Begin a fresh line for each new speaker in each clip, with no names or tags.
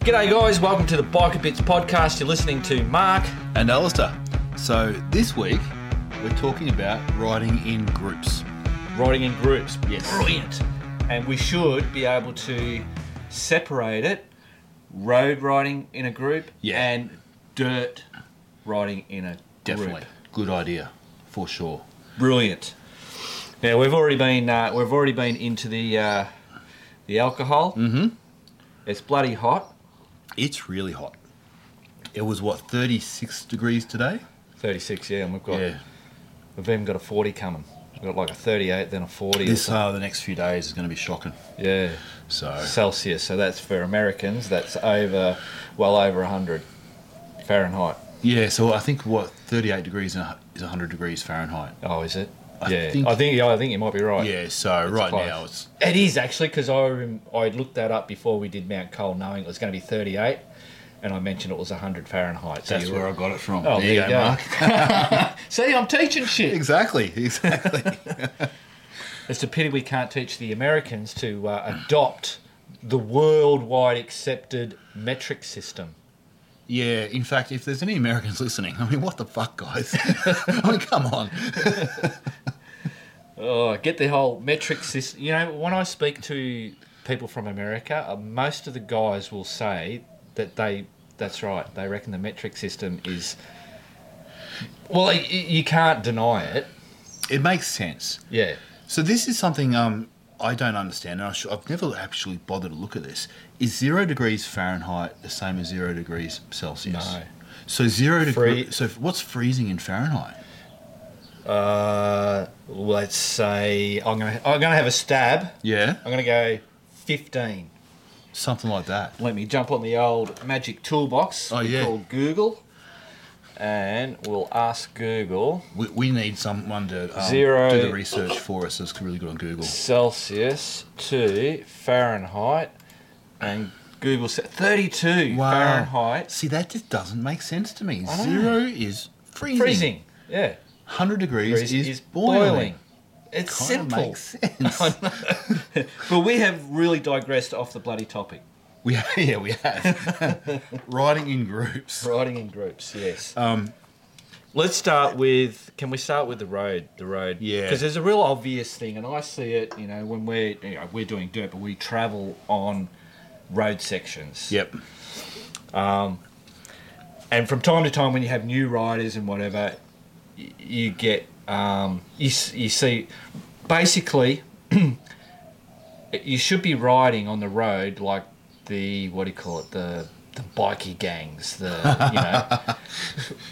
G'day, guys. Welcome to the Biker Bits podcast. You're listening to Mark.
and Alistair. So this week we're talking about riding in groups.
Riding in groups. Yes. Brilliant. And we should be able to separate it road riding in a group
Yeah.
and dirt riding in a
Definitely,
group.
good idea for sure.
Brilliant. Now we've already been uh, we've already been into the uh, the alcohol. Mm-hmm. It's bloody hot.
It's really hot. It was what 36 degrees today.
Thirty six, yeah, and we've got we've even got a forty coming. We've got like a thirty eight, then a forty. or
This
something.
uh, the next few days is going to be shocking.
yeah.
So
Celsius. So that's for Americans. That's over, well over 100 Fahrenheit.
yeah, so I think what 38 degrees is 100 degrees Fahrenheit.
Oh, is it?
I
yeah,
think-
I think yeah, I think you might be right.
Yeah, so right
close.
now it's
It is actually because I rem- I looked that up before we did Mount Cole, knowing it was going to be 38, and I mentioned it was 100 Fahrenheit. So
that's
you're
where I got it from.
Oh, there you go.
Mark.
See, I'm teaching shit.
exactly, exactly.
It's a pity we can't teach the Americans to uh, adopt the worldwide accepted metric system.
Yeah, in fact, if there's any Americans listening, I mean, what the fuck, guys? I mean, come on.
Oh, get the whole metric system. You know, when I speak to people from America, uh, most of the guys will say that they that's right. They reckon the metric system is well, y- y- you can't deny it.
It makes sense.
Yeah.
So this is something um, I don't understand, and I sh- I've never actually bothered to look at this. Is zero degrees Fahrenheit the same as zero degrees Celsius?
No.
So zero
Free-
degrees. So f- what's freezing in Fahrenheit?
Uh, let's say I'm gonna I'm gonna have a stab.
Yeah,
I'm gonna go 15.
something like that.
Let me jump on the old magic toolbox.
Oh,
we
yeah.
Called Google, and we'll ask Google
We, we need someone to um,
Zero-
do the research for us. It's really good on Google.
Celsius to Fahrenheit, and Google said 32
Wow.
Fahrenheit.
See, that just doesn't make sense to me.
I know.
Zero is freezing.
Freezing. Yeah.
100 degrees is,
Is- is
boiling.
It's
Kinda
simple.
makes sense.
but we have really digressed off the bloody topic.
we, yeah, we have. Riding in groups.
Riding in groups, yes.
Um,
Let's start with. Can we start with the road? The road,
Yeah.
Because there's a real obvious thing, and I see it. You know, when we're you know, we're doing dirt, but we travel on road sections.
Yep.
and from time to time when you have new riders and whatever y- you get um, you, s- you see basically you should be riding on the road like the what do you call it the the bikie gangs the you know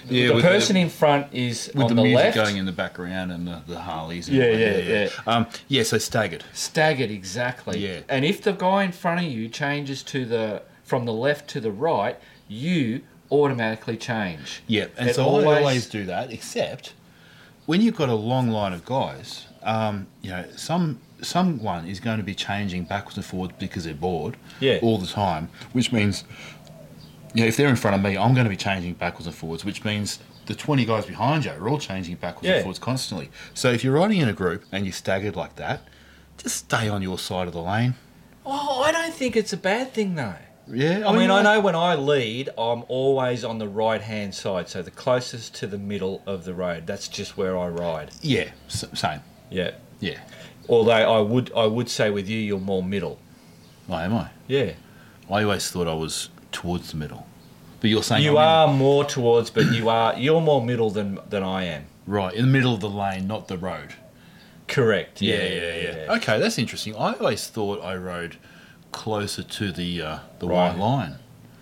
Yeah,
the
with
person
the,
in front is
with
on
the,
the,
music
left
going in the background and the, the Harleys. and
Yeah,
everything.
yeah,
Um, yeah, so staggered.
staggered exactly
Yeah.
and if the guy in front of you changes to the from the left to the right you automatically change
Yeah, and
It
so always, I
always-
always do that, except when you've got a long line of guys, um, you know, some someone is going to be changing backwards and forwards because they're bored
Yeah.
all the time, which means, you know, if they're in front of me, I'm going to be changing backwards and forwards, which means the 20 guys behind you are all changing backwards
Yeah.
and forwards constantly. So if you're riding in a group and you're staggered like that, just stay on your side of the lane.
oh i don't think it's a bad thing though
Yeah,
I mean, I know when I lead, I'm always on the right hand side, so the closest to the middle of the road. That's just where I ride.
Yeah, s- same.
Yeah.
Yeah,
Although I would, I would say with you, you're more middle.
why am I?
Yeah.
I always thought I was towards the middle. But you're saying
You
I'm in-
are more towards, but you are you're more middle than than I am.
right in the middle of the lane, not the road.
Correct.
Okay, that's interesting. I always thought I rode closer to the uh, the
Right.
white line.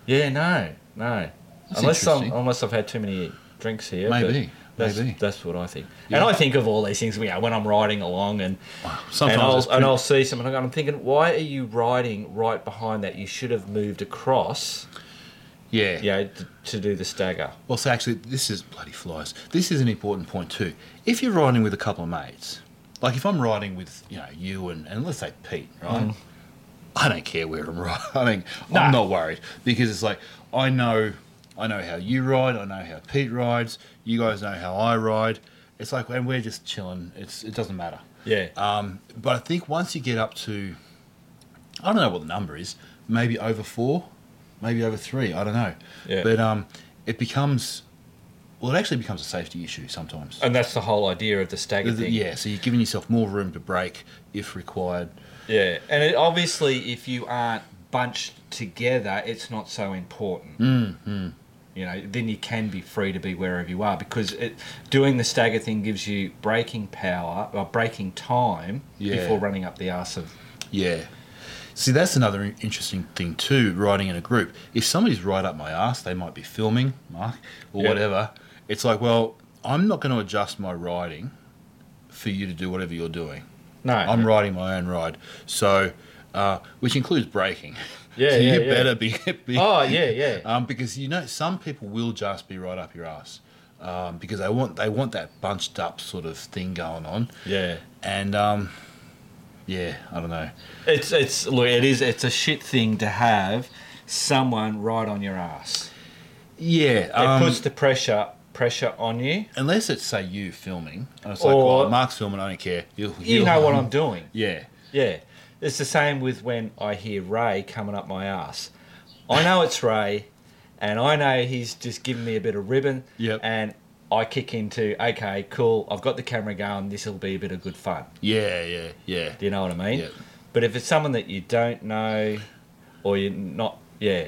Yeah. No. No.
That's
unless I'm,
interesting.
unless I've had too many drinks here. but
Maybe,
That's,
maybe.
that's what I think.
Yeah.
And I think of all these things. We are when I'm riding along and. and
Sometimes
I'll,
it's
and I'll see someone, and I'm thinking, why are you riding right behind that? You should have moved across,
yeah.
you know, to, to do the stagger.
Well, so actually, this is bloody flies. This is an important point too. If you're riding with a couple of mates, like if I'm riding with you know you and, and let's say Pete, right? I don't care where I'm riding. I mean,
Nah.
I'm not worried because it's like I know, I know how you ride. I know how Pete rides. You guys know how I ride. It's like, and we're just chilling. It's it doesn't matter.
Yeah.
Um, but I think once you get up to, I don't know what the number is, maybe over four, maybe over three. I don't know.
Yeah.
But um, it becomes, well, it actually becomes a safety issue sometimes.
and that's the whole idea of the stagger
The- the-
thing.
yeah, so you're giving yourself more room to break if required.
Yeah, and it, obviously, if you aren't bunched together, it's not so important.
Mm,
You know, then you can be free to be wherever you are because it, doing the stagger thing gives you braking power or braking time
Yeah.
before running up the arse of.
Yeah. See, that's another in- interesting thing too. Riding in a group, if somebody's right up my ass, they might be filming, Mark, or
Yeah.
whatever. It's like, well, I'm not going to adjust my riding for you to do whatever you're doing.
No,
I'm riding my own ride, so uh, which includes braking.
Yeah,
so
yeah,
you
yeah.
better be, be
Oh yeah, yeah.
um, because you know some people will just be right up your ass um, because they want they want that bunched up sort of thing going on,
Yeah,
and um, yeah, I don't know.
it's it's look, it is it's a shit thing to have someone right on your ass.
Yeah,
It
um,
puts the pressure pressure on you.
unless it's say you filming, and it's
Or-
like, well, Mark's filming, I don't care. He'll,
You
he'll-
know what I'm doing.
Yeah,
Yeah. It's the same with when I hear Ray coming up my ass. I know it's Ray, and I know he's just giving me a bit of ribbon.
Yep.
And I kick into, okay, cool, I've got the camera going, this will be a bit of good fun.
yeah, yeah, yeah.
Do you know what I mean?
Yep.
But if it's someone that you don't know, or you're not, yeah.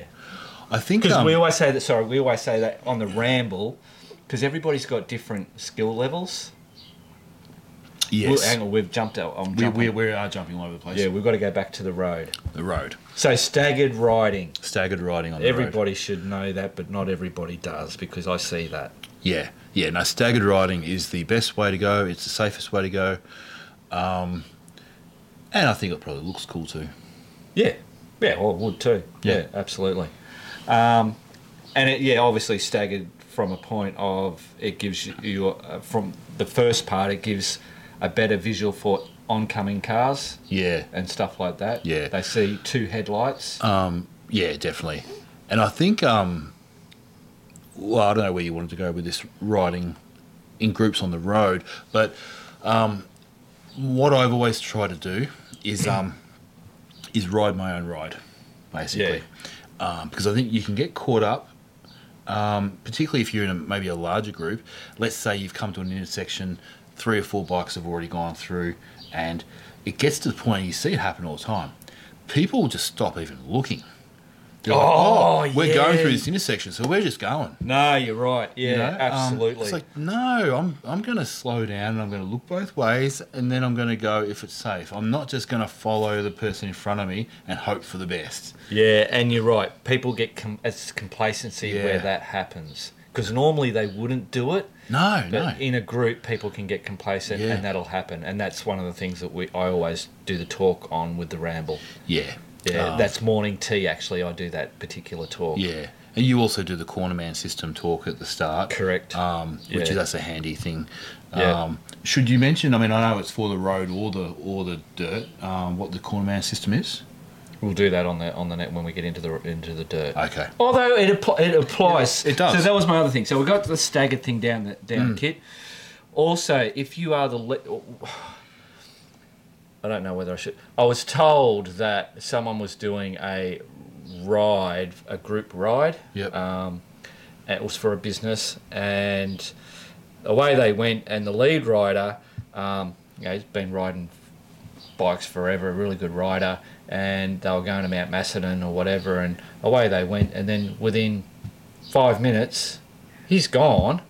I think
Because
um,
we always say that, sorry, we always say that on the ramble, because everybody's got different skill levels.
yes,
Well, hang on, we've jumped out. I'm
we,
jumping.
we, we are jumping all over the place.
yeah, we've got to go back to the road.
the road,
So staggered riding.
staggered riding on the road.
Everybody should know that, but not everybody does because I see that.
Yeah, yeah. No, staggered riding is the best way to go. It's the safest way to go, um, and I think it probably looks cool too.
Yeah, yeah, well, I would too. Yeah,
Yeah.
absolutely. Um, and it, yeah, obviously staggered from a point of it gives you- you uh, from the first part it gives a better visual for oncoming cars
Yeah,
and stuff like that.
Yeah.
they see two headlights.
um, yeah, definitely. And I think, um, well, I don't know where you wanted to go with this riding in groups on the road, but um, what I've always tried to do is um, is ride my own ride, basically, um, because I think you can get caught up. Um, particularly if you're in a, maybe a larger group, let's say you've come to an intersection, three or four bikes have already gone through, and it gets to the point you see it happen all the time. People will just stop even looking. They're like,
Oh,
we're
yeah.
going through this intersection, so we're just going.
no, you're right. Yeah,
You know, um,
absolutely.
it's like no, I'm I'm going to slow down and I'm going to look both ways and then I'm going to go if it's safe. I'm not just going to follow the person in front of me and hope for the best.
Yeah, and you're right. People get com- it's complacency
Yeah.
where that happens because normally they wouldn't do it.
No,
But
no.
in a group, people can get complacent,
Yeah.
and that'll happen. And that's one of the things that we I always do the talk on with the ramble.
yeah.
Yeah,
Um,
that's morning tea. Actually, I do that particular talk.
yeah. And you also do the corner man system talk at the start.
Correct.
Um, which
Yeah.
is that's a handy thing.
Yeah.
Um, should you mention? I mean, I know it's for the road or the or the dirt. Um, what the corner man system is?
We'll do that on the on the net when we get into the into the dirt.
Okay.
Although it appl- it applies,
Yeah, it does. Mm.
So that was my other thing. So we got the staggered thing down the down kit. Also, if you are the, le- I don't know whether I should. I was told that someone was doing a ride, a group ride.
Yep.
Um, and it was for a business, and away they went. And the lead rider, um, you know, he's been riding bikes forever, a really good rider, and they were going to Mount Macedon or whatever, and away they went. And then within five minutes, he's gone,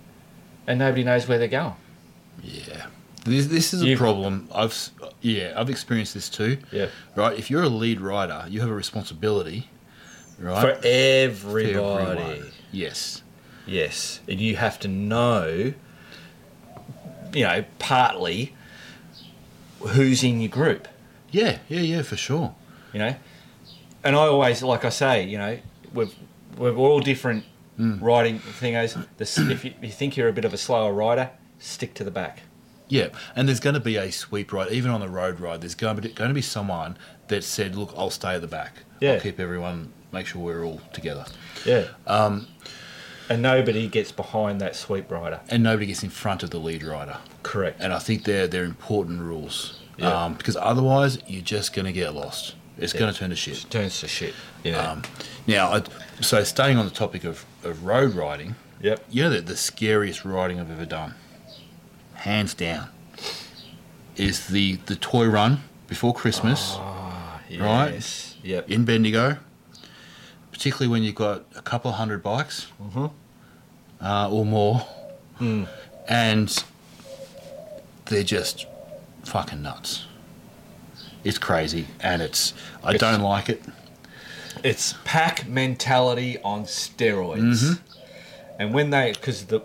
and nobody knows where they're going.
Yeah. This, this is a
You've-
problem. I've s- yeah, I've experienced this too.
Yeah.
Right, if you're a lead writer, you have a responsibility, right?
For everybody.
everyone. Yes.
Yes, and you have to know, you know, partly who's in your group,
Yeah, yeah, yeah, for sure.
you know. And I always, like I say, you know, we've we're all different riding thingos. The, s- if you, you think you're a bit of a slower rider, stick to the back.
Yeah, and there's going to be a sweep ride, even on the road ride. There's going to be, going to be someone that said, "Look, I'll stay at the back.
Yeah.
I'll keep everyone, make sure we're all together."
Yeah. Um, and nobody gets behind that sweep rider.
And nobody gets in front of the lead rider.
Correct.
And I think they're they're important rules
Yeah.
um, because otherwise you're just going to get lost. It's going to turn to shit.
turns to shit. Yeah.
Um, now, I, so staying on the topic of, of road riding,
yep.
you know that the scariest riding I've ever done, hands down, is the the toy run before
Um,
Christmas
Ah.
right?
Yes. Yep.
in Bendigo, particularly when you've got a couple of hundred bikes
Mhm.
uh, or more, and they're just fucking nuts. It's crazy, and it's I
It's-
don't like it.
It's pack mentality on steroids.
Mm-hmm.
And when they, because the,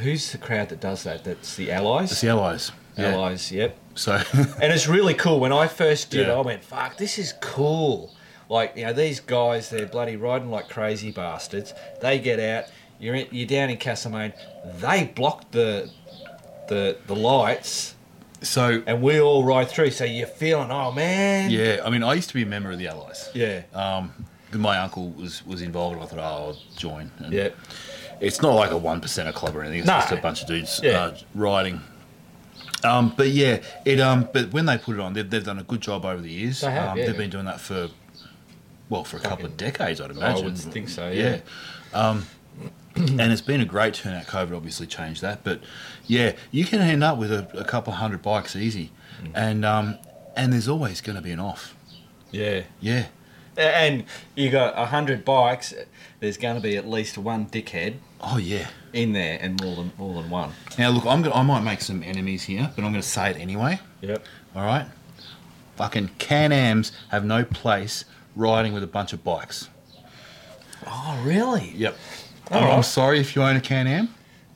who's the crowd that does that? That's the allies.
It's the allies. Yeah.
Allies. Yep.
So
And it's really cool. When I first did, it,
Yeah.
I went, "Fuck, this is cool." Like you know, these guys, they're bloody riding like crazy bastards. They get out. You're in, you're down in Castlemaine. They block the the the lights,
so
and we all ride through. So you're feeling, oh man,
yeah. I mean, I used to be a member of the allies.
yeah,
Um, my uncle was was involved. and I thought, oh, I'll join. And
yeah.
it's not like a one percenter club or anything. It's
No.
just a bunch of dudes
Yeah.
uh, riding. Um, but yeah, it. Um, but when they put it on, they've, they've done a good job over the years.
They have,
um,
yeah.
They've been doing that for well for a couple of decades, I'd
I
imagine.
would think so. Yeah,
Um, and it's been a great turnout. COVID obviously changed that, but yeah, you can end up with a, a couple hundred bikes easy,
Mm.
and um, and there's always going to be an off.
yeah.
Yeah,
And you got a hundred bikes. There's going to be at least one dickhead
oh yeah.
in there, and more than more than one.
Now look, I'm gonna, I might make some enemies here, but I'm going to say it anyway.
Yep.
All right. Fucking Can Ams have no place riding with a bunch of bikes.
Oh really?
Yep.
All
I'm, I'm
right.
sorry if you own a Can Am.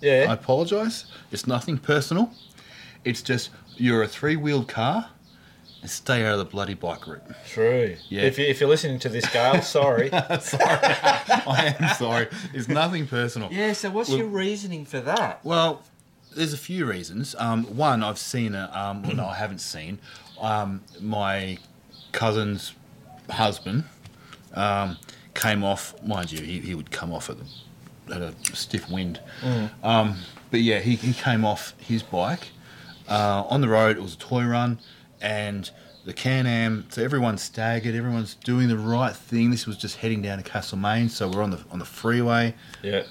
I
Yeah.
apologise. It's nothing personal. It's just you're a three wheeled car and stay out of the bloody bike route.
True.
Yeah.
If, you, if you're listening to this, Gail, sorry.
I am sorry. It's nothing personal.
yeah. So what's your reasoning for that?
Well, there's a few reasons. Um, one, I've seen, a, um, well, no, I haven't seen, um, my cousin's husband um, came off, mind you, he, he would come off at, the, at a stiff wind. Um, but yeah, he, he came off his bike uh, on the road. It was a toy run, and the Can Am. So everyone's staggered. Everyone's doing the right thing. This was just heading down to Castlemaine, so we're on the on the freeway
Yeah.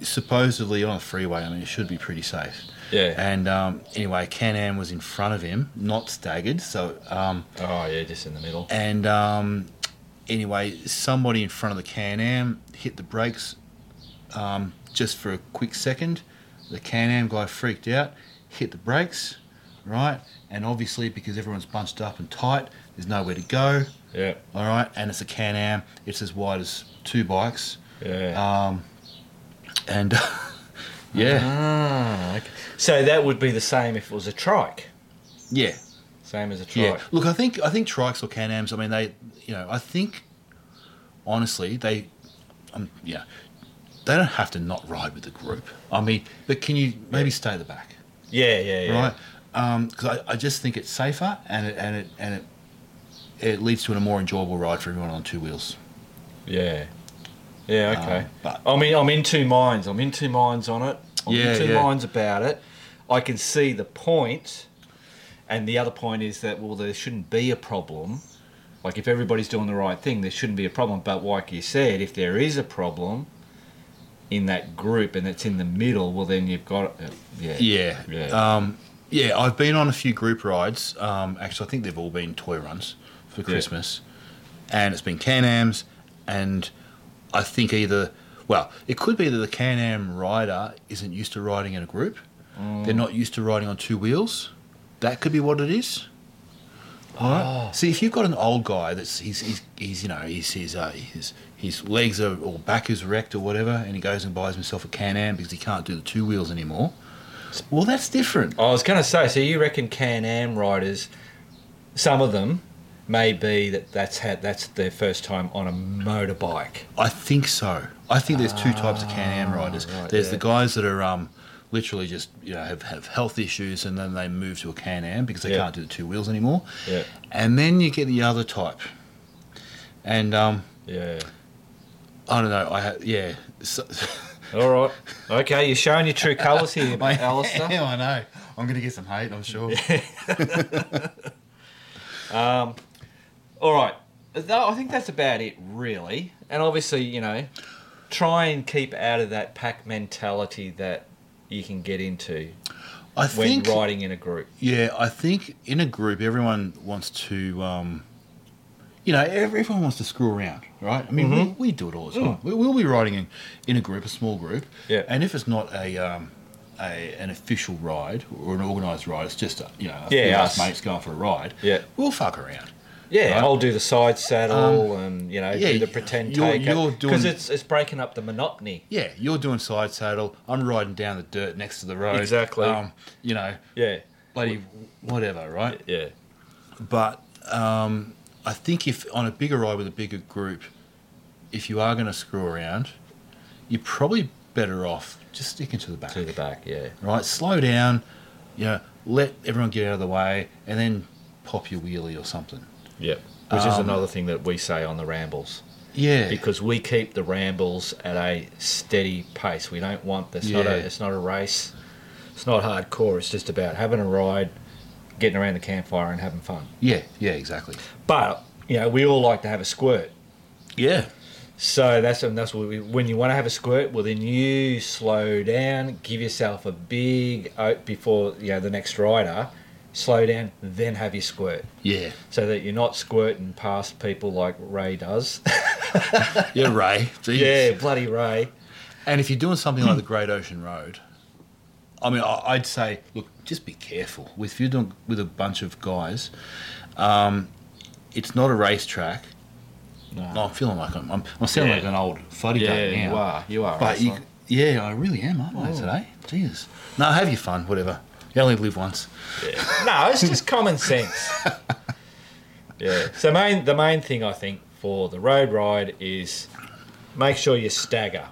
supposedly on a freeway. I mean, it should be pretty safe.
Yeah.
And um, anyway, Can Am was in front of him, not staggered. So, um,
Oh yeah, just in the middle.
and um, anyway, somebody in front of the Can Am hit the brakes um, just for a quick second. The Can Am guy freaked out, hit the brakes, right? And obviously, because everyone's bunched up and tight, there's nowhere to go,
Yeah.
all right? And it's a Can Am, it's as wide as two bikes.
Yeah.
Um, and yeah,
ah. Okay. So that would be the same if it was a trike.
yeah,
Same as a trike.
yeah. Look, I think I think trikes or Can-Ams. I mean, they, you know, I think honestly they, um, yeah, they don't have to not ride with the group. I mean, but can you maybe stay at the back,
Yeah. Yeah. Yeah.
right? Because I, I just think it's safer and it and it and it. It leads to a more enjoyable ride for everyone on two wheels.
Yeah. Yeah. Okay.
Um, but
I mean, I'm in two minds. I'm in two minds on it. I'm
Yeah,
in two
yeah.
minds about it. I can see the point, and the other point is that well, there shouldn't be a problem. Like if everybody's doing the right thing, there shouldn't be a problem. But like you said, if there is a problem in that group and it's in the middle, well then you've got uh, yeah
yeah,
yeah
Um, yeah, I've been on a few group rides. Um, actually, I think they've all been toy runs for Christmas, and it's been Can Am's, and I think either well, it could be that the Can Am rider isn't used to riding in a group. They're not used to riding on two wheels. That could be what it is. All right. See, if you've got an old guy that's he's he's, he's you know he's his uh, his his legs are or back is wrecked or whatever, and he goes and buys himself a Can Am because he can't do the two wheels anymore. Well, that's different.
I was going to say, so you reckon Can Am riders, some of them, may be that that's had that's their first time on a motorbike.
I think so. I think there's two types of Can Am riders.
Ah, right,
there's
yeah.
the guys that are um, literally just you know have, have health issues and then they move to a Can Am because they
Yeah.
can't do the two wheels anymore.
Yeah,
And then you get the other type. And um,
yeah.
I don't know. I ha- yeah. So,
All right. Okay, you're showing your true colours here,
I
mate, Alistair.
am, I know. I'm gonna get some hate. I'm sure.
Um, All right. Tho- I think that's about it, really. And obviously, you know, try and keep out of that pack mentality that you can get into
I
when
think
riding in a group.
Yeah, I think in a group, everyone wants to, um, you know, ev- everyone wants to screw around, right? I mean,
Mm-hmm.
we, we do it all the time. We, we'll be riding in, in a group, a small group,
Mm. Yeah.
and if it's not a, um, a an official ride or an organised ride, it's just a, you know, a
Yeah,
few of
us.
us mates going for a ride.
Yeah.
we'll fuck around.
Yeah,
Right.
I'll do the side saddle and you know
Um, yeah,
do the pretend
you're-
take
you're doing-
because it's it's breaking up the monotony.
Yeah, you're doing side saddle. I'm riding down the dirt next to the road.
Exactly.
Um, you know,
Yeah,
bloody whatever, right?
yeah,
but um, I think if on a bigger ride with a bigger group, if you are going to screw around, you're probably better off just sticking to the back,
to the back. Yeah,
right? Slow down, you know, let everyone get out of the way, and then pop your wheelie or something.
yeah.
Um,
Which is another thing that we say on the rambles
Yeah,
because we keep the rambles at a steady pace. We don't want this. Not a,
Yeah.
it's not a race. It's not hardcore. It's just about having a ride, getting around the campfire, and having fun.
yeah, yeah, exactly.
But you know, we all like to have a squirt.
Yeah,
So that's and that's what we, when you want to have a squirt. Well, then you slow down, give yourself a big oat before you know the next rider. Slow down, then have your squirt,
yeah,
so that you're not squirting past people like Ray does.
yeah, Ray. Jeez.
yeah, bloody Ray.
and if you're doing something
Hmm.
like the Great Ocean Road. I mean, I- I'd say, look, just be careful. With- If you're doing with a bunch of guys, um, it's not a racetrack.
No.
Oh, I'm feeling like I'm. I'm, I'm sounding
Yeah.
like an old fuddy
Yeah,
duck now.
you are. Oh. You are.
But you,
Russell.
yeah, I really am, aren't I? Today, Jesus. No, have your fun. Whatever. You only live once.
Yeah. no, it's just common sense. yeah. So main the main thing I think for the road ride is make sure you stagger.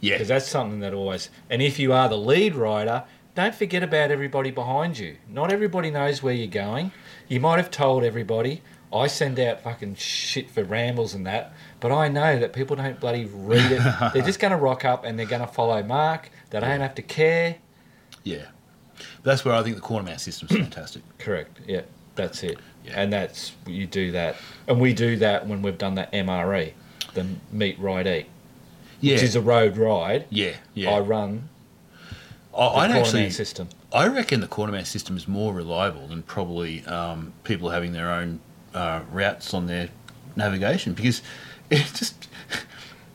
Yeah.
because that's something that always. And if you are the lead rider, don't forget about everybody behind you. Not everybody knows where you're going. You might have told everybody. I send out fucking shit for rambles and that, but I know that people don't bloody read it. they're just going to rock up and they're going to follow Mark. They don't have to care.
yeah. But that's where I think the corner mount system's
Hmm.
fantastic.
Correct. Yeah, that's it.
Yeah.
And that's you do that, and we do that when we've done that MRE, the meet ride eat,
Yeah.
which is a road ride.
yeah.
I
Yeah.
run
I,
the
I'd
Corner Man
actually.
system.
I reckon the corner mount system is more reliable than probably um, people having their own uh, routes on their navigation because it just.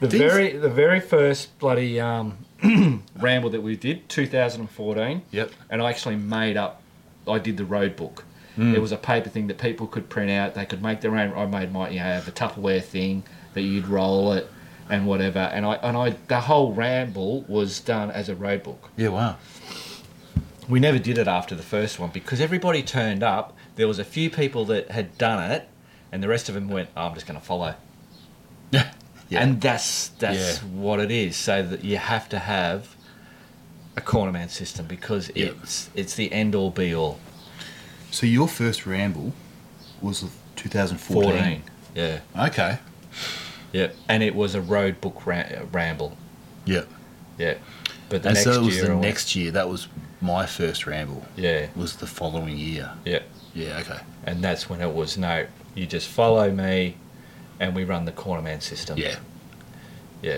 The
Things-
very the very first bloody um, ramble that we did, 2014,
Yep.
and I actually made up. I did the road book. It was a paper thing that people could print out. They could make their own. I made my you know, have a Tupperware thing that you'd roll it and whatever. And I and I the whole ramble was done as a road book.
Yeah. Wow.
We never did it after the first one because everybody turned up. There was a few people that had done it, and the rest of them went, "Oh, "I'm just going to follow."
Yeah. Yeah.
And that's that's
Yeah.
what it is. So that you have to have a corner man system because
Yep.
it's it's the end all be all.
So your first ramble was 2014.
Fourteen. Yeah.
Okay.
Yep. And it was a road book ra- ramble.
Yeah.
Yeah. But the
And
next
so it was
year,
the
I went-
next year. That was my first ramble.
Yeah.
Was the following year.
Yeah.
Yeah. Okay.
And that's when it was no. You just follow me, and we run the corner man system.
Yeah.
Yeah.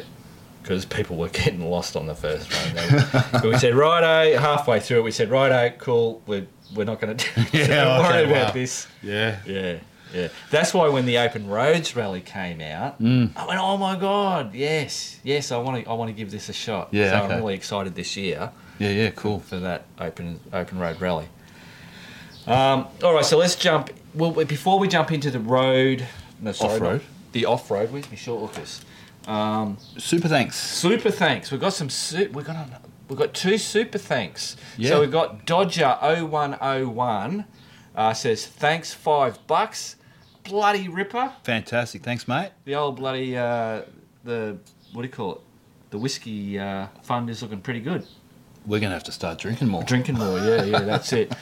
Because people were getting lost on the first one. They- but we said, righto, halfway through it, we said, righto, cool, we're, we're not going to do
Yeah,
Don't worry
okay,
about
wow.
this.
Yeah.
Yeah, yeah. That's why when the Open Roads Rally came out,
Mm.
I went, "Oh my god, yes, yes, I want to, I want to give this a shot."
Yeah,
so
okay.
I'm really excited this year
Yeah. Yeah. Cool.
for that Open Open Road Rally. Um, all right, so let's jump. Well, we- before we jump into the road, no, sorry,
Off-road.
not- the off road. Where's my short hookers?
Super thanks.
Super thanks. We've got some. Su- we got a, we got two super thanks.
Yeah.
So we've got Dodger 0101 uh, says thanks five bucks. Bloody ripper.
Fantastic. Thanks, mate.
The old bloody uh, the what do you call it? The whiskey uh, fund is looking pretty good.
We're gonna have to start drinking more.
Drinking more, yeah, yeah, that's it.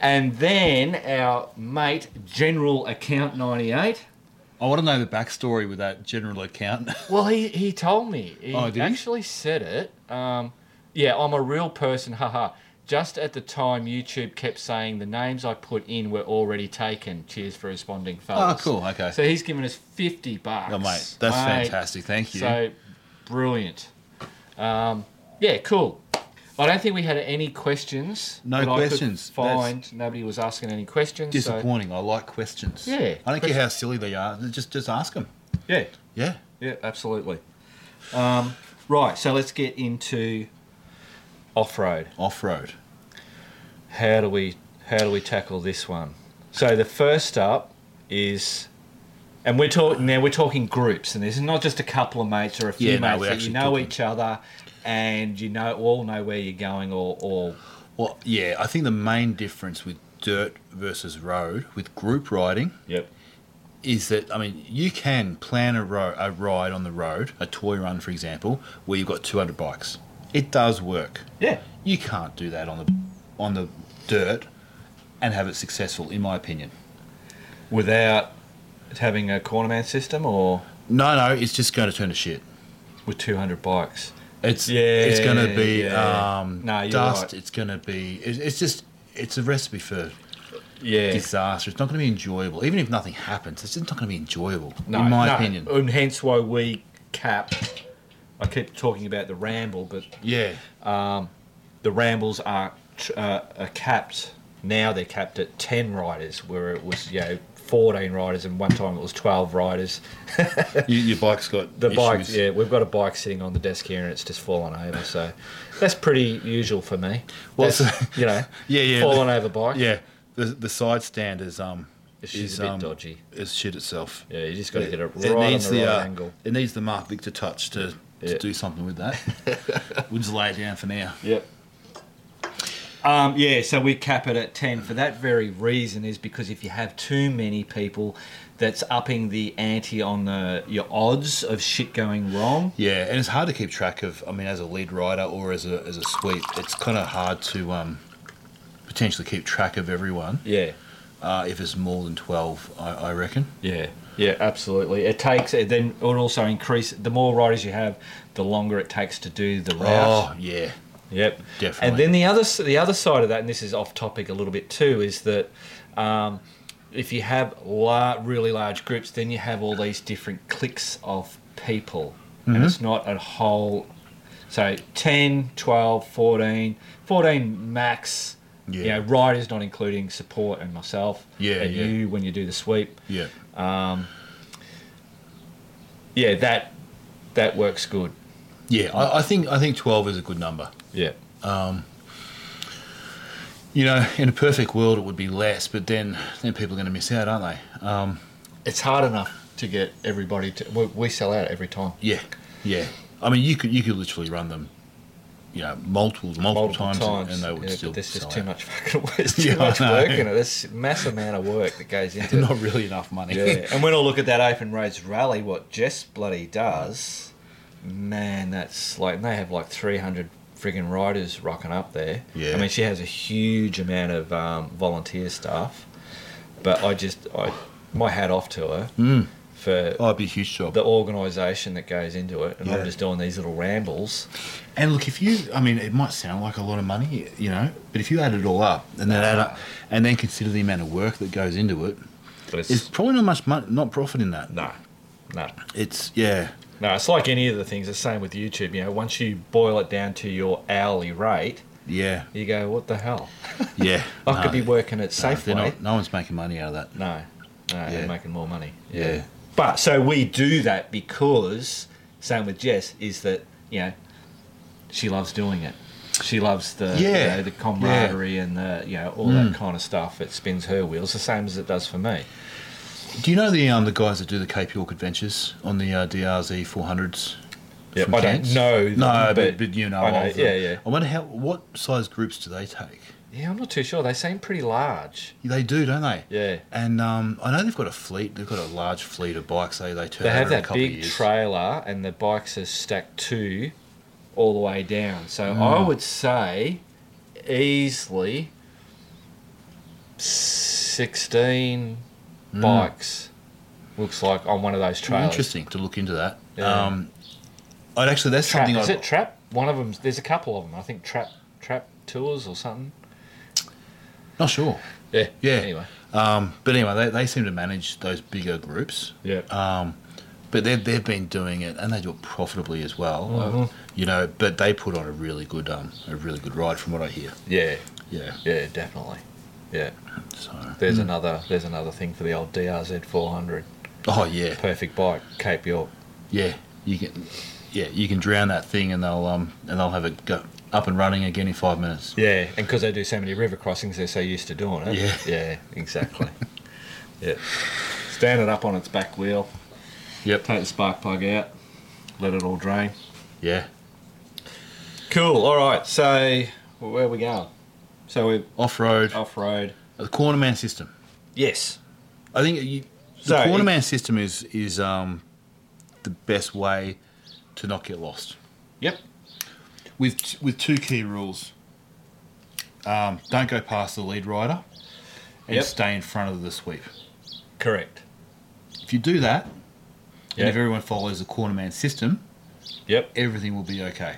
And then our mate General Account ninety eight.
I want to know the backstory with that general account.
Well, he he told me. He
Oh, did he?
actually said it. Um, yeah, I'm a real person, haha. Just at the time, YouTube kept saying the names I put in were already taken. Cheers for responding,
Oh,
fellas.
cool. Okay.
So he's given us 50 bucks.
oh, mate, that's fantastic. Thank you.
So brilliant. Um, yeah, cool. I don't think we had any questions.
No
that I could
questions. That's-
Find nobody was asking any questions. So,
Disappointing. I like questions.
Yeah,
I don't care how silly they are. Just just ask them.
yeah,
Yeah.
yeah, absolutely. Um, right, so let's get into off road.
Off road.
How do we how do we tackle this one? So the first up is, and we're talking now. We're talking groups, and this is not just a couple of mates or a few
Yeah, no,
mates
we're
that you
actually
know
talking-
each other, and you know all know where you're going or or
Well, yeah. I think the main difference with dirt versus road with group riding
yep
is that I mean you can plan a, ro- a ride on the road, a toy run, for example, where you've got 200 bikes. It does work.
yeah
You can't do that on the on the dirt and have it successful, in my opinion.
without having a corner man system or
No, no, it's just going to turn to shit.
with 200 bikes.
It's
Yeah,
it's going to be
yeah.
um,
No, you're
dust.
right.
It's going to be it, it's just it's a recipe for
Yeah.
disaster. It's not going to be enjoyable, even if nothing happens. It's just not going to be enjoyable,
No,
in my
no.
opinion.
And hence why we cap. I keep talking about the ramble, but
Yeah,
the rambles are, tr- uh, are capped. Now they're capped at 10 riders, where it was, you know, 14 riders, and one time it was 12 riders.
you, your bike's got
The bike,
issues.
yeah, we've got a bike sitting on the desk here and it's just fallen over, so that's pretty usual for me.
Well,
That's,
so-
you know,
Yeah, yeah,
fallen over bike.
yeah. The the side stand is um
It's just
is
a bit
um,
dodgy.
is shit itself.
Yeah, you just got to get it right
needs
on the, right
uh,
angle.
It needs the Mark Victor touch to,
Yeah.
to do something with that. we'll just lay it down for now.
Yep. Um, yeah, so we cap it at 10 for that very reason is because if you have too many people, that's upping the ante on the your odds of shit going wrong.
Yeah, and it's hard to keep track of. I mean, as a lead rider or as a as a sweep, it's kind of hard to um, potentially keep track of everyone
Yeah,
uh, if it's more than twelve. I, I reckon.
yeah, yeah, absolutely. It takes, it then it also increase, the more riders you have, the longer it takes to do the route.
Oh yeah,
Yep,
Definitely.
And then the other s- the other side of that, and this is off topic a little bit too, is that um, if you have la- really large groups, then you have all these different cliques of people, and it's not a whole. So 10, 12, 14, 14 max. You
Yeah.
know, riders not including support and myself.
Yeah,
and
yeah.
you when you do the sweep.
yeah,
Yeah, that that works good.
yeah. I, I think I think twelve is a good number.
Yeah.
You know, in a perfect world, it would be less, but then then people are going to miss out, aren't they? Um,
It's hard enough to get everybody to. We, we sell out every time.
yeah, yeah. I mean, you could you could literally run them, you know, multiple multiple, times, and- and they would
yeah,
still.
but there's just
sell
too
out.
much fucking work. There's too
Yeah, I
much
know.
work in it. There's a massive amount of work that goes into it.
Not really enough money.
Yeah. and when I look at that open roads rally, what Jess bloody does, man, that's like and they have like 300 friggin' riders rocking up there.
Yeah.
I mean, she has a huge amount of um, volunteer staff, but I just I my hat off to her
Hmm.
for.
oh, it'd be a huge job.
The organisation that goes into it, and
Yeah.
I'm just doing these little rambles.
And look, if you, I mean, it might sound like a lot of money, you know, but if you add it all up and then add up, and then consider the amount of work that goes into it,
But it's,
it's probably not much money, not profit in that.
no, no.
It's yeah,
No, it's like any of the things. The same with YouTube. You know, once you boil it down to your hourly rate,
yeah,
you go, "What the hell?
yeah.
I
No,
could be working at
no, they're
Safeway."
not- no one's making money out of that.
No, no,
Yeah.
they're making more money.
Yeah.
But so we do that because same with Jess is that you know she loves doing it. She loves the you
Yeah.
know, the
Yeah. Mm.
camaraderie and the you know all that kind of stuff. It spins her wheels the same as it does for me.
Do you know the um the guys that do the Cape York adventures on the uh, DRZ 400s?
Yeah,
from
I don't
Cairns?
know them,
No, but,
but
but you know,
I know,
of them.
yeah, yeah.
I wonder how what size groups do they take?
Yeah, I'm not too sure. They seem pretty large.
They do, don't they?
Yeah.
And um, I know they've got a fleet. They've got a large fleet of bikes. They they turn
They have
over in a
that
Uh, couple of
big
years.
trailer, and the bikes are stacked two all the way down. So I
Mm.
would say easily 16 bikes looks like on one of those trailers.
Mm. Interesting to look into that.
Yeah.
Um, I'd actually that's
Trap.
something
Is
I
it Trap? One of them, there's a couple of them. I think Trap trap tours or something.
Not sure.
Yeah.
Yeah.
Anyway.
Um, but anyway, they, they seem to manage those bigger groups.
Yeah.
Um, but they've, they've been doing it, and they do it profitably as well. Uh,
Mhm.
you know, but they put on a really good um, a really good ride, from what I hear.
yeah.
Yeah.
Yeah. Definitely. Yeah.
So.
There's another. There's another thing for the old DRZ 400.
Oh yeah,
Perfect bike. Cape York.
yeah. You can, yeah, you can drown that thing, and they'll um, and they'll have it go up and running again in five minutes.
Yeah. And because they do so many river crossings, they're so used to doing it.
Yeah.
Yeah. Exactly. yeah. Stand it up on its back wheel.
Yep.
Take the spark plug out. Let it all drain.
Yeah.
Cool. All right. So where are we going? So we're
Off road.
off road.
The corner man system.
Yes.
I think you, the
So,
cornerman corner
it-
man system is is um, the best way to not get lost.
Yep.
With t- with two key rules. Um, don't go past the lead rider, and
Yep.
stay in front of the sweep.
Correct.
If you do that, and
Yep.
if everyone follows the corner man system,
Yep.
everything will be okay.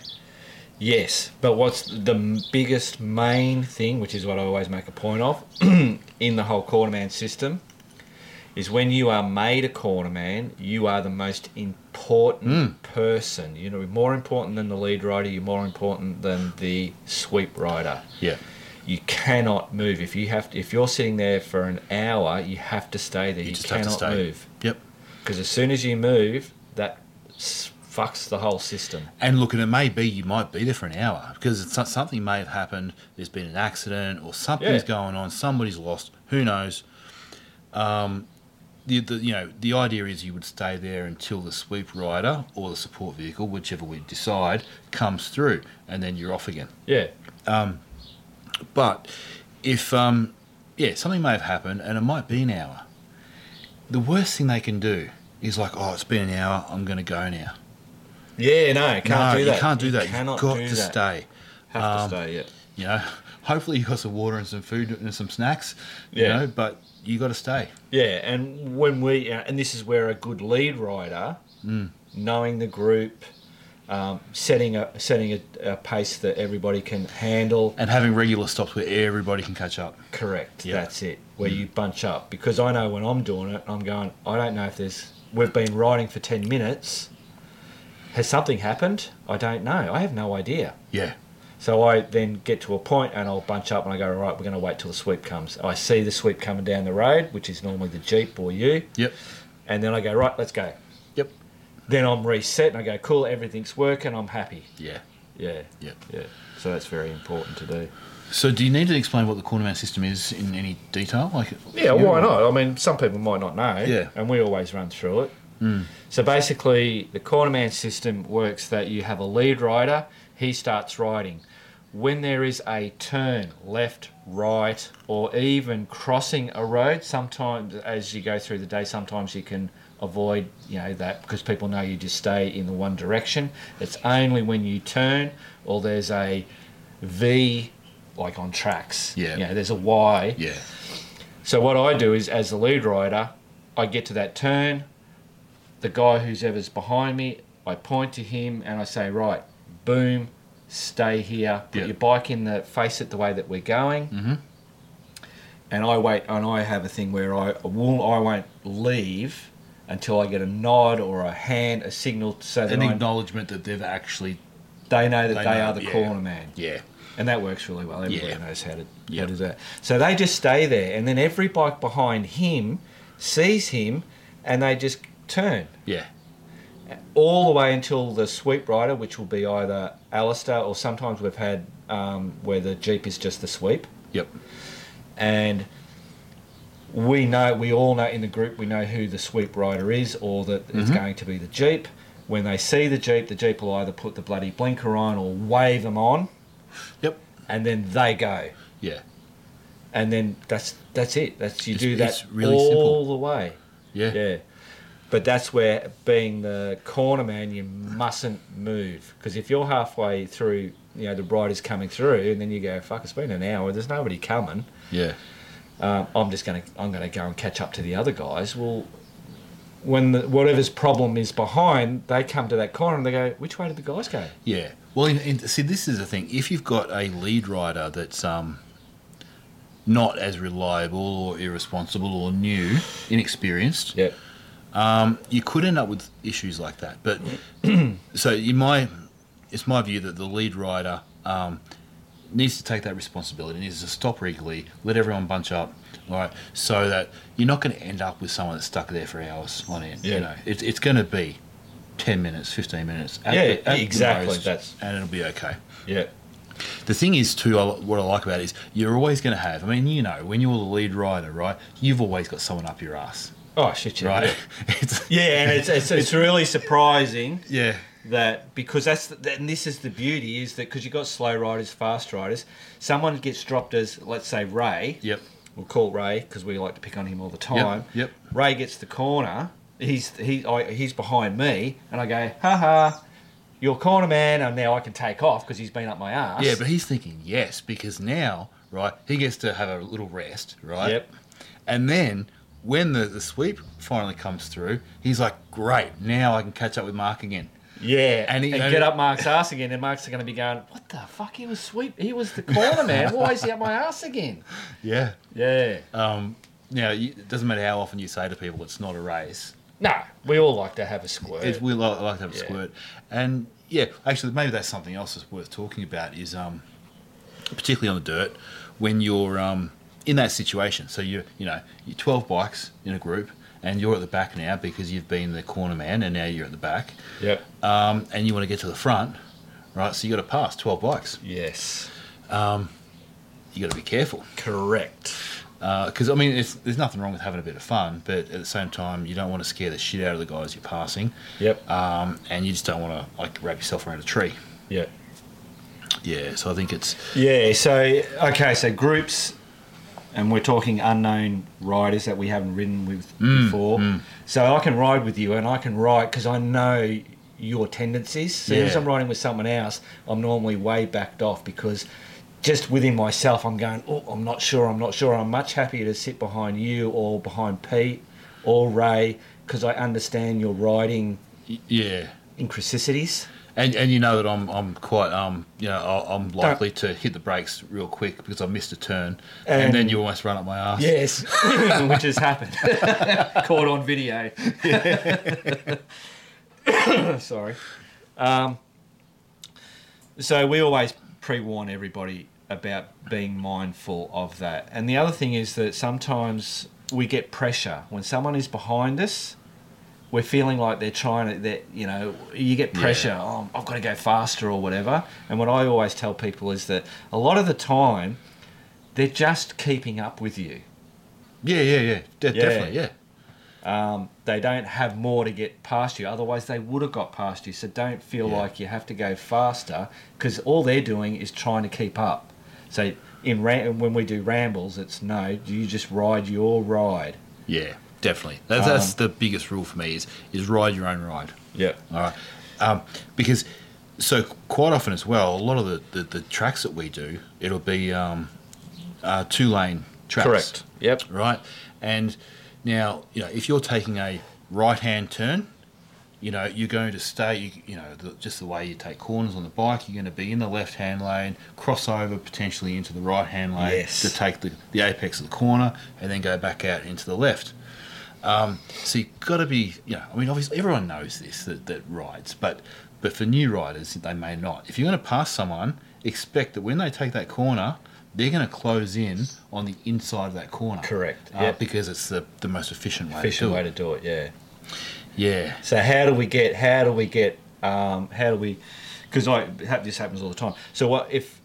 Yes, but what's the m- biggest main thing, which is what I always make a point of in the whole cornerman system, is when you are made a cornerman, you are the most important
Hmm.
person. You know, you're more important than the lead rider, you're more important than the sweep rider.
Yeah.
You cannot move if you have to, if you're sitting there for an hour, you have to stay there. You,
just have
cannot
to stay.
move
Yep.
because as soon as you move, that s- fucks the whole system.
And look, and it may be you might be there for an hour because it's, something may have happened. There's been an accident or something's
Yeah.
going on. Somebody's lost. Who knows? Um, the, the you know the idea is you would stay there until the sweep rider or the support vehicle, whichever we decide, comes through, and then you're off again. Um,
Yeah.
But if um, yeah, something may have happened, and it might be an hour. The worst thing they can do is like, oh, it's been an hour. I'm going to go now.
Yeah, no, can't
no,
do that.
you can't do that. You
cannot
have got
do
to
that.
stay.
Have to stay. Yeah.
you know hopefully you got some water and some food and some snacks you
Yeah.
know but you got to stay
Yeah, and when we uh, and this is where a good lead rider,
Mm.
knowing the group, um, setting a setting a, a pace that everybody can handle.
and having regular stops where everybody can catch up
Correct.
Yeah. Mm.
That's it. Where you bunch up because I know when I'm doing it, I'm going. I don't know if there's. We've been riding for ten minutes. Has something happened? I don't know. I have no idea.
yeah
So I then get to a point and I'll bunch up and I go, all right, we're going to wait till the sweep comes. I see the sweep coming down the road, which is normally the Jeep or you,
yep
and then I go, right, let's go.
yep
Then I'm reset and I go, cool, everything's working, I'm happy.
yeah
Yeah,
yep
yeah. So that's very important to do.
so do you need to explain what the corner man system is in any detail like
Yeah, why not? I mean, some people might not know.
Yeah. Mm.
And we always run through it. So basically, the corner man system works that you have a lead rider, he starts riding. When there is a turn, left, right, or even crossing a road, sometimes as you go through the day, sometimes you can avoid you know that because people know you just stay in the one direction. It's only when you turn or there's a V, like on tracks.
Yeah.
You know, there's a Y.
yeah
So what I do is, as the lead rider, I get to that turn. The guy who's ever's behind me, I point to him and I say, "Right, boom, stay here. Put
Yeah.
your bike in the face it the way that we're going." Mm-hmm. And I wait, and I have a thing where I will I won't leave until I get a nod or a hand, a signal, so that
an
I,
acknowledgement that they've actually
they know that
they
they,
know,
are the
yeah.
corner man.
yeah
And that works really well. Everybody
Yeah.
knows how to,
Yeah.
how to do that. So they just stay there, and then every bike behind him sees him, and they just turn
yeah
all the way until the sweep rider, which will be either Alistair or sometimes we've had um, where the Jeep is just the sweep.
yep
And we know, we all know in the group, we know who the sweep rider is or that
Mm-hmm.
it's going to be the Jeep. When they see the Jeep, the Jeep will either put the bloody blinker on or wave them on,
yep
and then they go.
yeah
and then that's that's it. That's you
It's-
do that
it's really
all
simple.
the way.
yeah
Yeah. But that's where being the corner man, you mustn't move because if you're halfway through, you know the ride is coming through, and then you go, "Fuck, it's been an hour. There's nobody coming.
yeah
Um, I'm just gonna I'm gonna go and catch up to the other guys." Well, when the, whatever's problem is behind, they come to that corner and they go, "Which way did the guys go?"
Yeah. Well, in, in, see, this is the thing. If you've got a lead rider that's um, not as reliable or irresponsible or new, inexperienced,
Yeah.
um, you could end up with issues like that. But so in my, it's my view that the lead rider um, needs to take that responsibility. Needs to stop regularly, let everyone bunch up, all right, so that you're not going to end up with someone that's stuck there for hours on end.
Yeah.
You know, it's it's going to be. 10 minutes, 15 minutes.
Yeah,
the- the
exactly, that's-
and it'll be okay.
Yeah.
The thing is, too, I, what I like about it is you're always going to have. I mean, you know, when you're the lead rider, right? You've always got someone up your ass,
Oh shit! Yeah.
right? it's,
Yeah, and it's, it's it's really surprising
yeah,
that because that's the, that- and this is the beauty is that because you've got slow riders, fast riders, someone gets dropped as let's say Ray.
yep,
We'll call Ray because we like to pick on him all the time.
yep.
Ray gets the corner. He's he I, he's behind me, and I go, ha ha, you're corner man, and now I can take off because he's been up my ass.
yeah. But he's thinking yes because now, right, he gets to have a little rest, right?
Yep.
And then when the, the sweep finally comes through, he's like, great, now I can catch up with Mark again.
yeah, and,
And he-
and
and-
get up Mark's ass again, and Mark's going to be going, what the fuck? He was sweep. He was the corner man. Why is he up my ass again?
Yeah.
Yeah.
Um, now you, it doesn't matter how often you say to people it's not a race.
No, we all like to have a squirt.
It's, we like, like to have a
Yeah.
squirt, and yeah, actually, maybe that's something else that's worth talking about. Is um, particularly on the dirt when you're um in that situation. So you you know you're 12 bikes in a group, and you're at the back now because you've been the corner man, and now you're at the back,
Yep.
um, and you want to get to the front, right? So you got to pass 12 bikes.
Yes.
You got to be careful.
Correct.
because I mean, it's, there's nothing wrong with having a bit of fun, but at the same time, you don't want to scare the shit out of the guys you're passing,
Yep.
um, and you just don't want to like wrap yourself around a tree.
Yep.
Yeah, so I think it's
Yeah. So okay. So groups, and we're talking unknown riders that we haven't ridden with before. So I can ride with you, and I can ride because I know your tendencies. So as
Yeah.
I'm riding with someone else, I'm normally way backed off because. Just within myself, I'm going. Oh, I'm not sure. I'm not sure. I'm much happier to sit behind you or behind Pete or Ray because I understand your riding
y- yeah,
incrisities.
and and you know that I'm I'm quite um you know I- I'm likely to hit the brakes real quick because I missed a turn, and,
And-
then you almost run up my ass.
Yes, which has happened. Caught on video. Sorry. Um, so we always pre-warn everybody about being mindful of that. And the other thing is that sometimes we get pressure when someone is behind us. We're feeling like they're trying to, that you know, you get pressure. Oh, I've got to go faster or whatever. And what I always tell people is that a lot of the time, they're just keeping up with you.
yeah, yeah, yeah, de-
Yeah.
definitely, yeah,
Um, they don't have more to get past you. Otherwise, they would have got past you. So don't feel
Yeah.
like you have to go faster because all they're doing is trying to keep up. So in ram- when we do rambles, it's no, you just ride your ride.
yeah, definitely. That's, that's
Um,
the biggest rule for me is is ride your own ride.
Yeah.
All right. Um, because, so quite often as well, a lot of the, the, the tracks that we do, it'll be um, uh, two lane tracks.
Correct. Yep.
Right. And now, you know, if you're taking a right hand turn, you know, you're going to stay, you, you know, the, just the way you take corners on the bike, you're going to be in the left hand lane, cross over potentially into the right hand lane
Yes.
to take the, the apex of the corner, and then go back out into the left. Um, So you've got to be, you know, I mean, obviously everyone knows this that, that rides, but but for new riders, they may not. If you're going to pass someone, expect that when they take that corner, they're going to close in on the inside of that corner.
Correct,
Uh,
yep.
Because it's the, the most efficient way
Ah. Efficient
to do
way
it.
to do it. Yeah.
Yeah.
So how do we get? How do we get? Um, how do we? Because I ha- this happens all the time. So what if?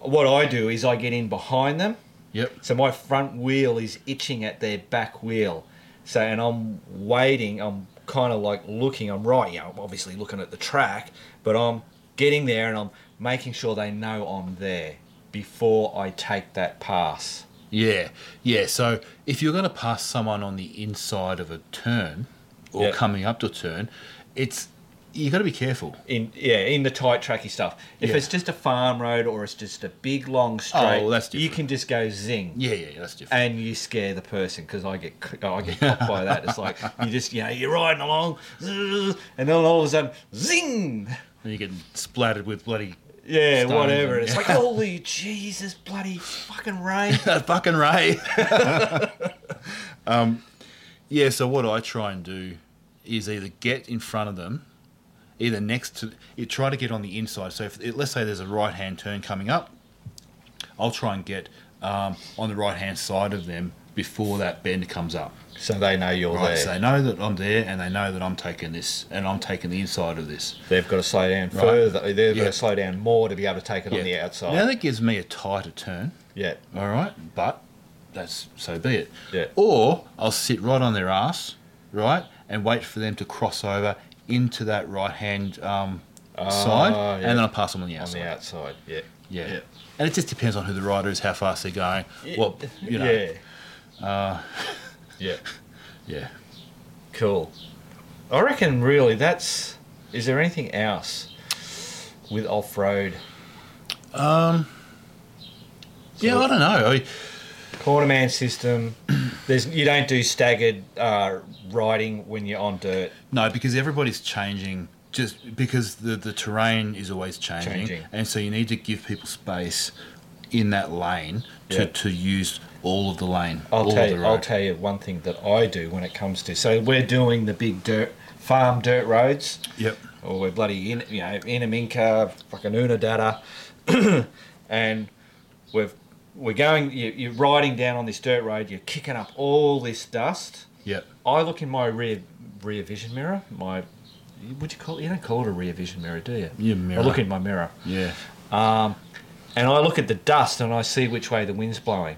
What I do is I get in behind them.
Yep.
So my front wheel is itching at their back wheel. So and I'm waiting. I'm kind of like looking. I'm right. You know, I'm obviously looking at the track, but I'm getting there and I'm making sure they know I'm there before I take that pass.
Yeah. Yeah. So if you're going to pass someone on the inside of a turn or
Yep.
coming up to a turn, it's you got to be careful.
in yeah in the tight tracky stuff. If
Yeah.
it's just a farm road or it's just a big long straight,
Oh, that's
you
different.
can just go zing.
Yeah, yeah, yeah that's different.
And you scare the person because I get c- I get caught by that. It's like you just you know you're riding along, and then all of a sudden zing,
And you get splattered with bloody
yeah,
Stones
whatever.
and-
it's like holy Jesus, bloody fucking rain.
that fucking ray. um, yeah, so what I try and do is either get in front of them, either next to, you try to get on the inside. So if, let's say there's a right hand turn coming up, I'll try and get um, on the right hand side of them before that bend comes up.
So they know you're
Right,
there.
so they know that I'm there and they know that I'm taking this and I'm taking the inside of this.
They've got to slow down further. They've got
Yeah.
to slow down more to be able to take it
Yeah.
on the outside.
Now that gives me a tighter turn.
yeah.
All right, but that's so be it.
Yeah.
Or I'll sit right on their ass, right, and wait for them to cross over into that right hand um, side,
Ah, yeah.
and then I'll pass them on the
On
outside.
the outside. Yeah.
yeah. And it just depends on who the rider is, how fast they're going. Well, you know. Uh,
Yeah. yeah.
yeah.
Cool. I reckon really that's. Is there anything else with off road?
Yeah, I don't know. I,
Cornerman system. There's you don't do staggered uh, riding when you're on dirt.
No, because everybody's changing. Just because the, the terrain is always changing,
Changing.
and so you need to give people space in that lane to,
Yeah.
to use all of the lane.
I'll
all
tell
of the
you,
road.
I'll tell you one thing that I do when it comes to. So we're doing the big dirt farm dirt roads.
Yep.
or we're bloody in, you know, Inaminka, fucking Unadada, and we've we're going. You, you're riding down on this dirt road. You're kicking up all this dust.
Yep.
I look in my rear rear vision mirror. My would you call it? You don't call it a rear vision mirror, do you?
Your mirror.
I look in my mirror,
Yeah.
and I look at the dust, and I see which way the wind's blowing.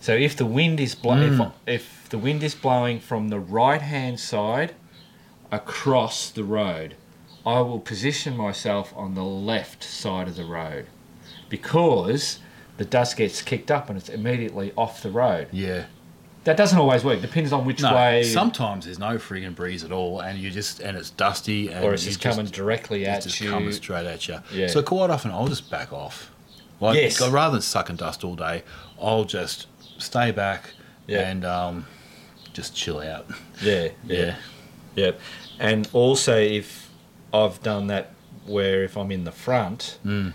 So if the wind is blowing,
Hmm.
if, if the wind is blowing from the right hand side across the road, I will position myself on the left side of the road because the dust gets kicked up and it's immediately off the road.
Yeah.
That doesn't always work. Depends on which
No,
way,
sometimes there's no friggin' breeze at all, and you just and it's dusty, and
or it's
you
just coming directly
it's
at
just
you.
coming straight at you.
Yeah.
So quite often I'll just back off. Like
Yes.
rather than sucking dust all day, I'll just stay back
Yeah.
and um, just chill out.
Yeah, yeah, yeah. And also, if I've done that, where if I'm in the front,
Mm.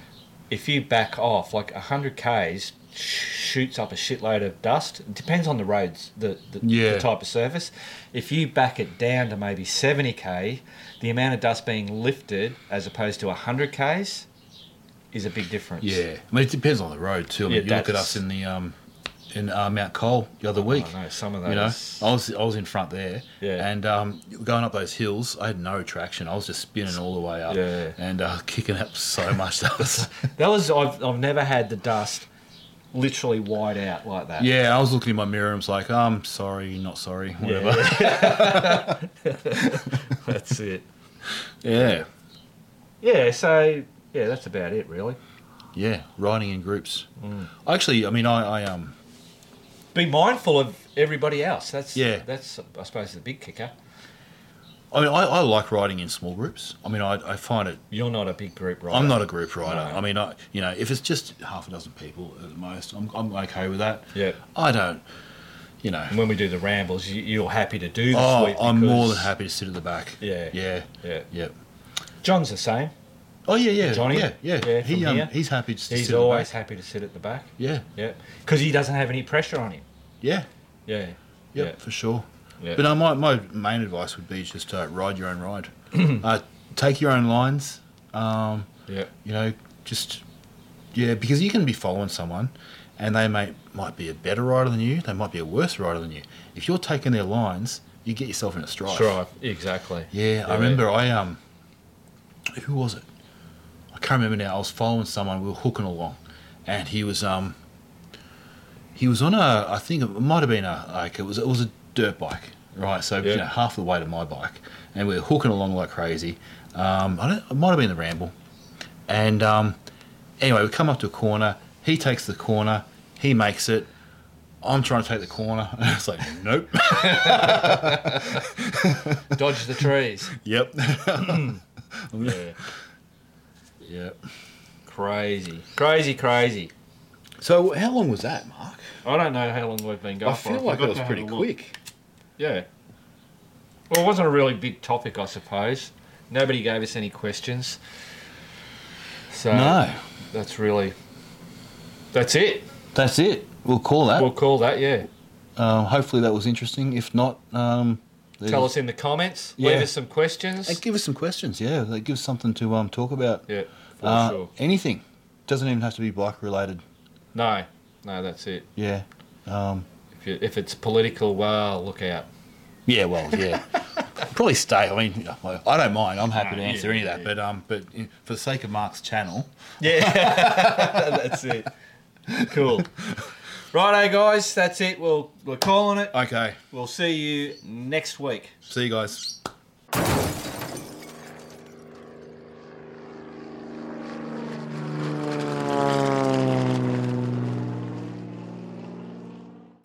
if you back off like hundred k's, sh- shoots up a shitload of dust. It depends on the roads, the the,
Yeah.
the type of surface. If you back it down to maybe seventy k, the amount of dust being lifted as opposed to hundred k's is a big difference.
Yeah, I mean it depends on the road too. I mean,
Yeah,
you look at
that's-
us in the um, in uh, Mount Cole the other
I
week.
know some of those.
You know, Oh. I was I was in front there,
Yeah.
and um, going up those hills, I had no traction. I was just spinning all the way up,
Yeah.
and uh, kicking up so much dust.
That was I've I've never had the dust literally wide out like that.
yeah, I was looking in my mirror and was like, I'm sorry, not sorry, whatever.
That's it.
yeah.
Yeah, so yeah, that's about it really.
Yeah, riding in groups.
Mm.
Actually, I mean, I, I um,
Be mindful of everybody else. That's
Yeah.
That's I suppose the big kicker.
I mean, I, I like riding in small groups. I mean, I, I find it.
You're not a big group rider.
I'm not a group rider.
No.
I mean, I, you know, if it's just half a dozen people at the most, I'm, I'm okay with that.
Yeah.
I don't, you know.
And when we do the rambles, you, you're happy to do the
Oh,
sweep
I'm more than
because-
happy to sit at the back.
Yeah.
Yeah.
Yeah.
Yeah.
John's the same.
Oh yeah, yeah,
Johnny?
Yeah, yeah.
Yeah,
he
from
um,
here.
he's happy just to
He's
sit at the
always
back.
happy to sit at the back.
Yeah.
Yeah. Because he doesn't have any pressure on him.
Yeah.
Yeah.
Yep, for sure.
Yeah.
But no, my, my main advice would be just uh, ride your own ride. uh, take your own lines. Um,
Yeah. Yeah.
you know, just yeah, because you can be following someone, and they may might be a better rider than you. They might be a worse rider than you. If you're taking their lines, you get yourself in a strife.
Strive. Exactly.
Yeah, I remember I um, who was it? I can't remember now. I was following someone. We were hooking along, and he was um, he was on a. I think it might have been a like it was it was a dirt bike, right? So
Yeah.
you know half the weight of my bike, and we were hooking along like crazy. Um, I don't. It might have been the ramble, and um, anyway, we come up to a corner. He takes the corner. He makes it. I'm trying to take the corner. And it's like, nope.
Dodge the trees.
yep.
Yeah.
yep.
Crazy. Crazy, crazy.
So how long was that, Mark?
I don't know how long we've been going
I
for.
feel like
I've
that was
got to
pretty
have a look.
quick.
Yeah. Well, it wasn't a really big topic, I suppose. Nobody gave us any questions. So
No,
that's really. That's it.
that's it. We'll call that.
We'll call that, yeah.
um, hopefully that was interesting. If not, um, there's-
Tell us in the comments.
Yeah.
Leave us some questions.
Hey, give us some questions. Yeah, that gives something to um, talk about.
Yeah, for
Uh,
sure.
Anything. Doesn't even have to be bike related.
No, no, that's it.
Yeah. Um,
If, you, if it's political, well, look out.
yeah. Well. Yeah. Probably stay. I mean, you know, I- I don't mind. I'm happy
Nah,
to
yeah,
answer any of
yeah,
that. But um, but in- for the sake of Mark's channel,
Yeah, that's it. Cool. Righto, guys, that's it. We'll, we're calling it.
okay.
We'll see you next week.
See you guys.